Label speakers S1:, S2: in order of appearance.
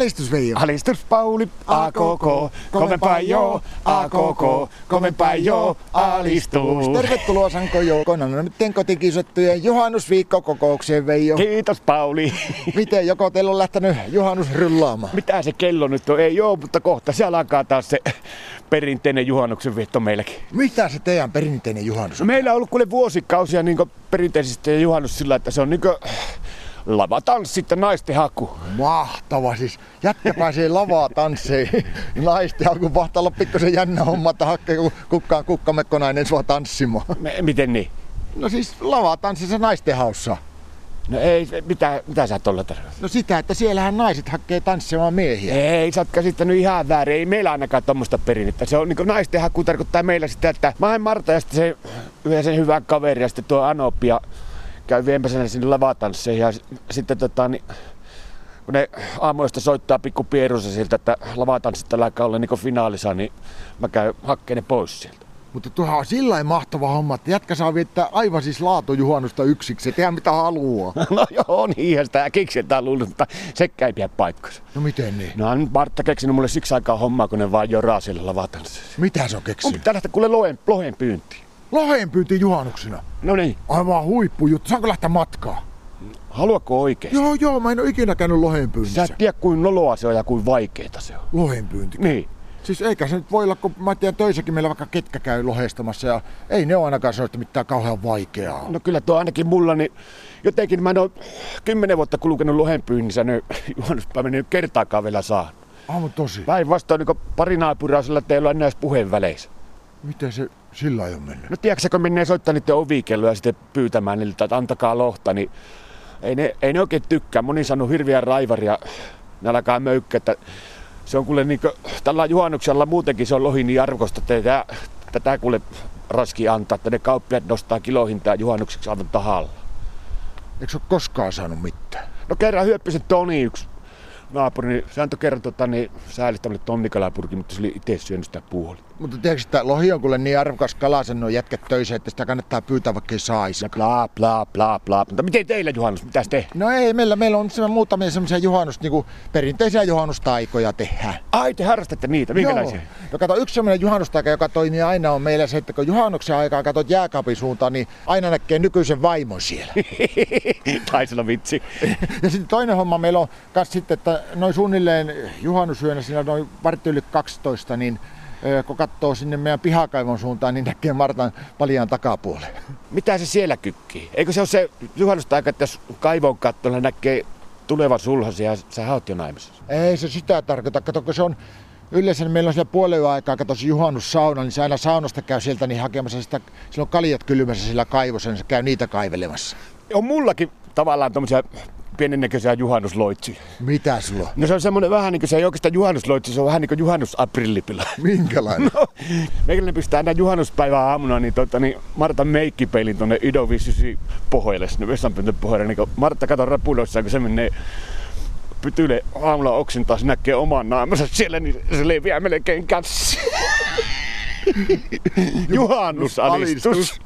S1: Alistusviiva.
S2: Alistus Pauli, AKK, kovempaa joo, AKK, kovempaa joo, alistus.
S1: Tervetuloa Sanko Joukoon nyt kotikisottujen juhannusviikkokokoukseen Veijo.
S2: Kiitos Pauli.
S1: Miten joko teillä on lähtenyt juhannus ryllaamaan?
S2: Mitä se kello nyt on? Ei joo, mutta kohta se alkaa taas se perinteinen juhannuksen vietto meilläkin.
S1: Mitä se teidän perinteinen juhannus
S2: No
S1: on?
S2: meillä on ollut kuule vuosikausia niin perinteisesti juhannus sillä, että se on niin lavatanssit ja naisten haku.
S1: Mahtava siis. Jätkä pääsee lavaa tanssiin. Naisten alku pahtaa olla pikkusen jännä homma, että hakkee ku- kukkaan kukkamekkonainen sua tanssimaan.
S2: Me- Miten niin?
S1: No siis lavaa tanssissa naisten haussa.
S2: No ei, se- mitä, mitä sä tuolla tarkoitat?
S1: No sitä, että siellähän naiset hakee tanssimaan miehiä.
S2: Ei, sä oot käsittänyt ihan väärin. Ei meillä ainakaan tuommoista perinnettä. Se on niin naisten haku tarkoittaa meillä sitä, että mä haen Marta ja sitten se yhden sen hyvän kaverin ja sitten tuo Anoppi ja käy viemässä sinne lavatansseihin ja s- sitten tota niin kun ne aamuista soittaa pikku pierussa siltä, että lavatanssit alkaa olla niin finaalissa, niin mä käyn hakkeen ne pois sieltä.
S1: Mutta tuohan on sillä lailla mahtava homma, että jätkä saa viettää aivan siis laatujuhannusta yksiksi ja tehdä mitä haluaa.
S2: No joo, niinhän sitä kikseltään luullut, mutta sekään ei pidä paikkansa.
S1: No miten niin?
S2: No on Martta keksinyt mulle siksi aikaa hommaa, kun ne vaan joraa siellä lavatanssissa.
S1: Mitä se on
S2: Mun
S1: keksinyt?
S2: pitää lähteä kuule lohen, lohen pyyntiin.
S1: Lohen pyynti juhannuksena.
S2: No niin,
S1: Aivan huippujuttu. Saanko lähteä matkaa?
S2: haluatko oikeesti? Siis
S1: Joo, joo, mä en ole ikinä käynyt lohen
S2: Sä et
S1: pyynnissä.
S2: tiedä kuin noloa se on ja kuin vaikeeta se on.
S1: Lohen pyynti.
S2: Niin.
S1: Siis eikä se nyt voi olla, kun mä tiedän töissäkin meillä vaikka ketkä käy lohestamassa ja ei ne ole ainakaan sellaista mitään kauhean vaikeaa.
S2: No kyllä tuo ainakin mulla, niin jotenkin mä en oo kymmenen vuotta kulkenut lohen pyynnissä, niin juhannuspäivänä ei oo kertaakaan vielä saa.
S1: Aivan tosi.
S2: Päinvastoin niin pari naapuraa sillä teillä on enää edes puheen väleissä.
S1: Miten se sillä ei ole mennyt?
S2: No tiedätkö, kun menee soittaa niiden ovikelloja ja sitten pyytämään niiltä, että antakaa lohta, niin ei ne, ei ne oikein tykkää. Moni sanoo hirviä raivaria, ne alkaa möykkä, että se on kuule niin tällä juhannuksella muutenkin se on lohi niin arvosta, että tätä, tätä kuule raski antaa, että ne kauppiaat nostaa kilohintaa juhannukseksi aivan tahalla.
S1: Eikö se ole koskaan saanut mitään?
S2: No kerran hyöppisen Toni yksi naapuri, niin se antoi kerran tota, niin, säällistämälle tonnikalapurki, mutta se oli itse syönyt sitä puoli.
S1: Mutta tiedätkö, että lohi on kuule niin arvokas kala, sen on jätkät töissä, että sitä kannattaa pyytää vaikka ei saisi.
S2: Ja bla bla bla bla. Mutta miten teillä juhannus, mitäs te?
S1: No ei, meillä, meillä on se- muutamia semmoisia juhannus, niinku, perinteisiä juhannustaikoja tehdään.
S2: Ai te harrastatte niitä, minkälaisia?
S1: Joo. No kato, yksi semmoinen juhannustaika, joka toimii aina on meillä se, että kun juhannuksen aikaa katsot jääkaapin suuntaan, niin aina näkee nykyisen vaimon siellä.
S2: Taisi olla vitsi.
S1: ja sitten toinen homma meillä on myös sitten, että noin suunnilleen juhannusyönä siinä noin vartti yli 12, niin ö, kun katsoo sinne meidän pihakaivon suuntaan, niin näkee Martan paljaan takapuolen.
S2: Mitä se siellä kykkii? Eikö se ole se juhannusta aika, että jos kaivon kattoilla näkee tulevan sulhasen ja sä oot jo naimisissa?
S1: Ei se sitä tarkoita. Kato, kun se on yleensä niin meillä on siellä puolen yön aikaa, kato se juhannussauna, niin se aina saunasta käy sieltä niin hakemassa sitä, sillä on kaljat kylmässä sillä kaivossa, niin se käy niitä kaivelemassa.
S2: On mullakin tavallaan tommosia pienennäköisiä juhannusloitsuja.
S1: Mitä sulla?
S2: No se on semmonen vähän niin kuin se ei oikeastaan juhannusloitsi, se on vähän niin kuin juhannusaprillipila.
S1: Minkälainen?
S2: No, Meikäläinen pistää aina juhannuspäivää aamuna, niin, tota, niin Marta meikkipeilin tonne Ido 59 pohjalle, sinne vessanpöntön pohjalle. Niin kun Martta kato rapuloissaan, kun se menee pytyle aamulla oksentaa, se näkee oman naamansa siellä, niin se leviää melkein käsi. Juhannusalistus.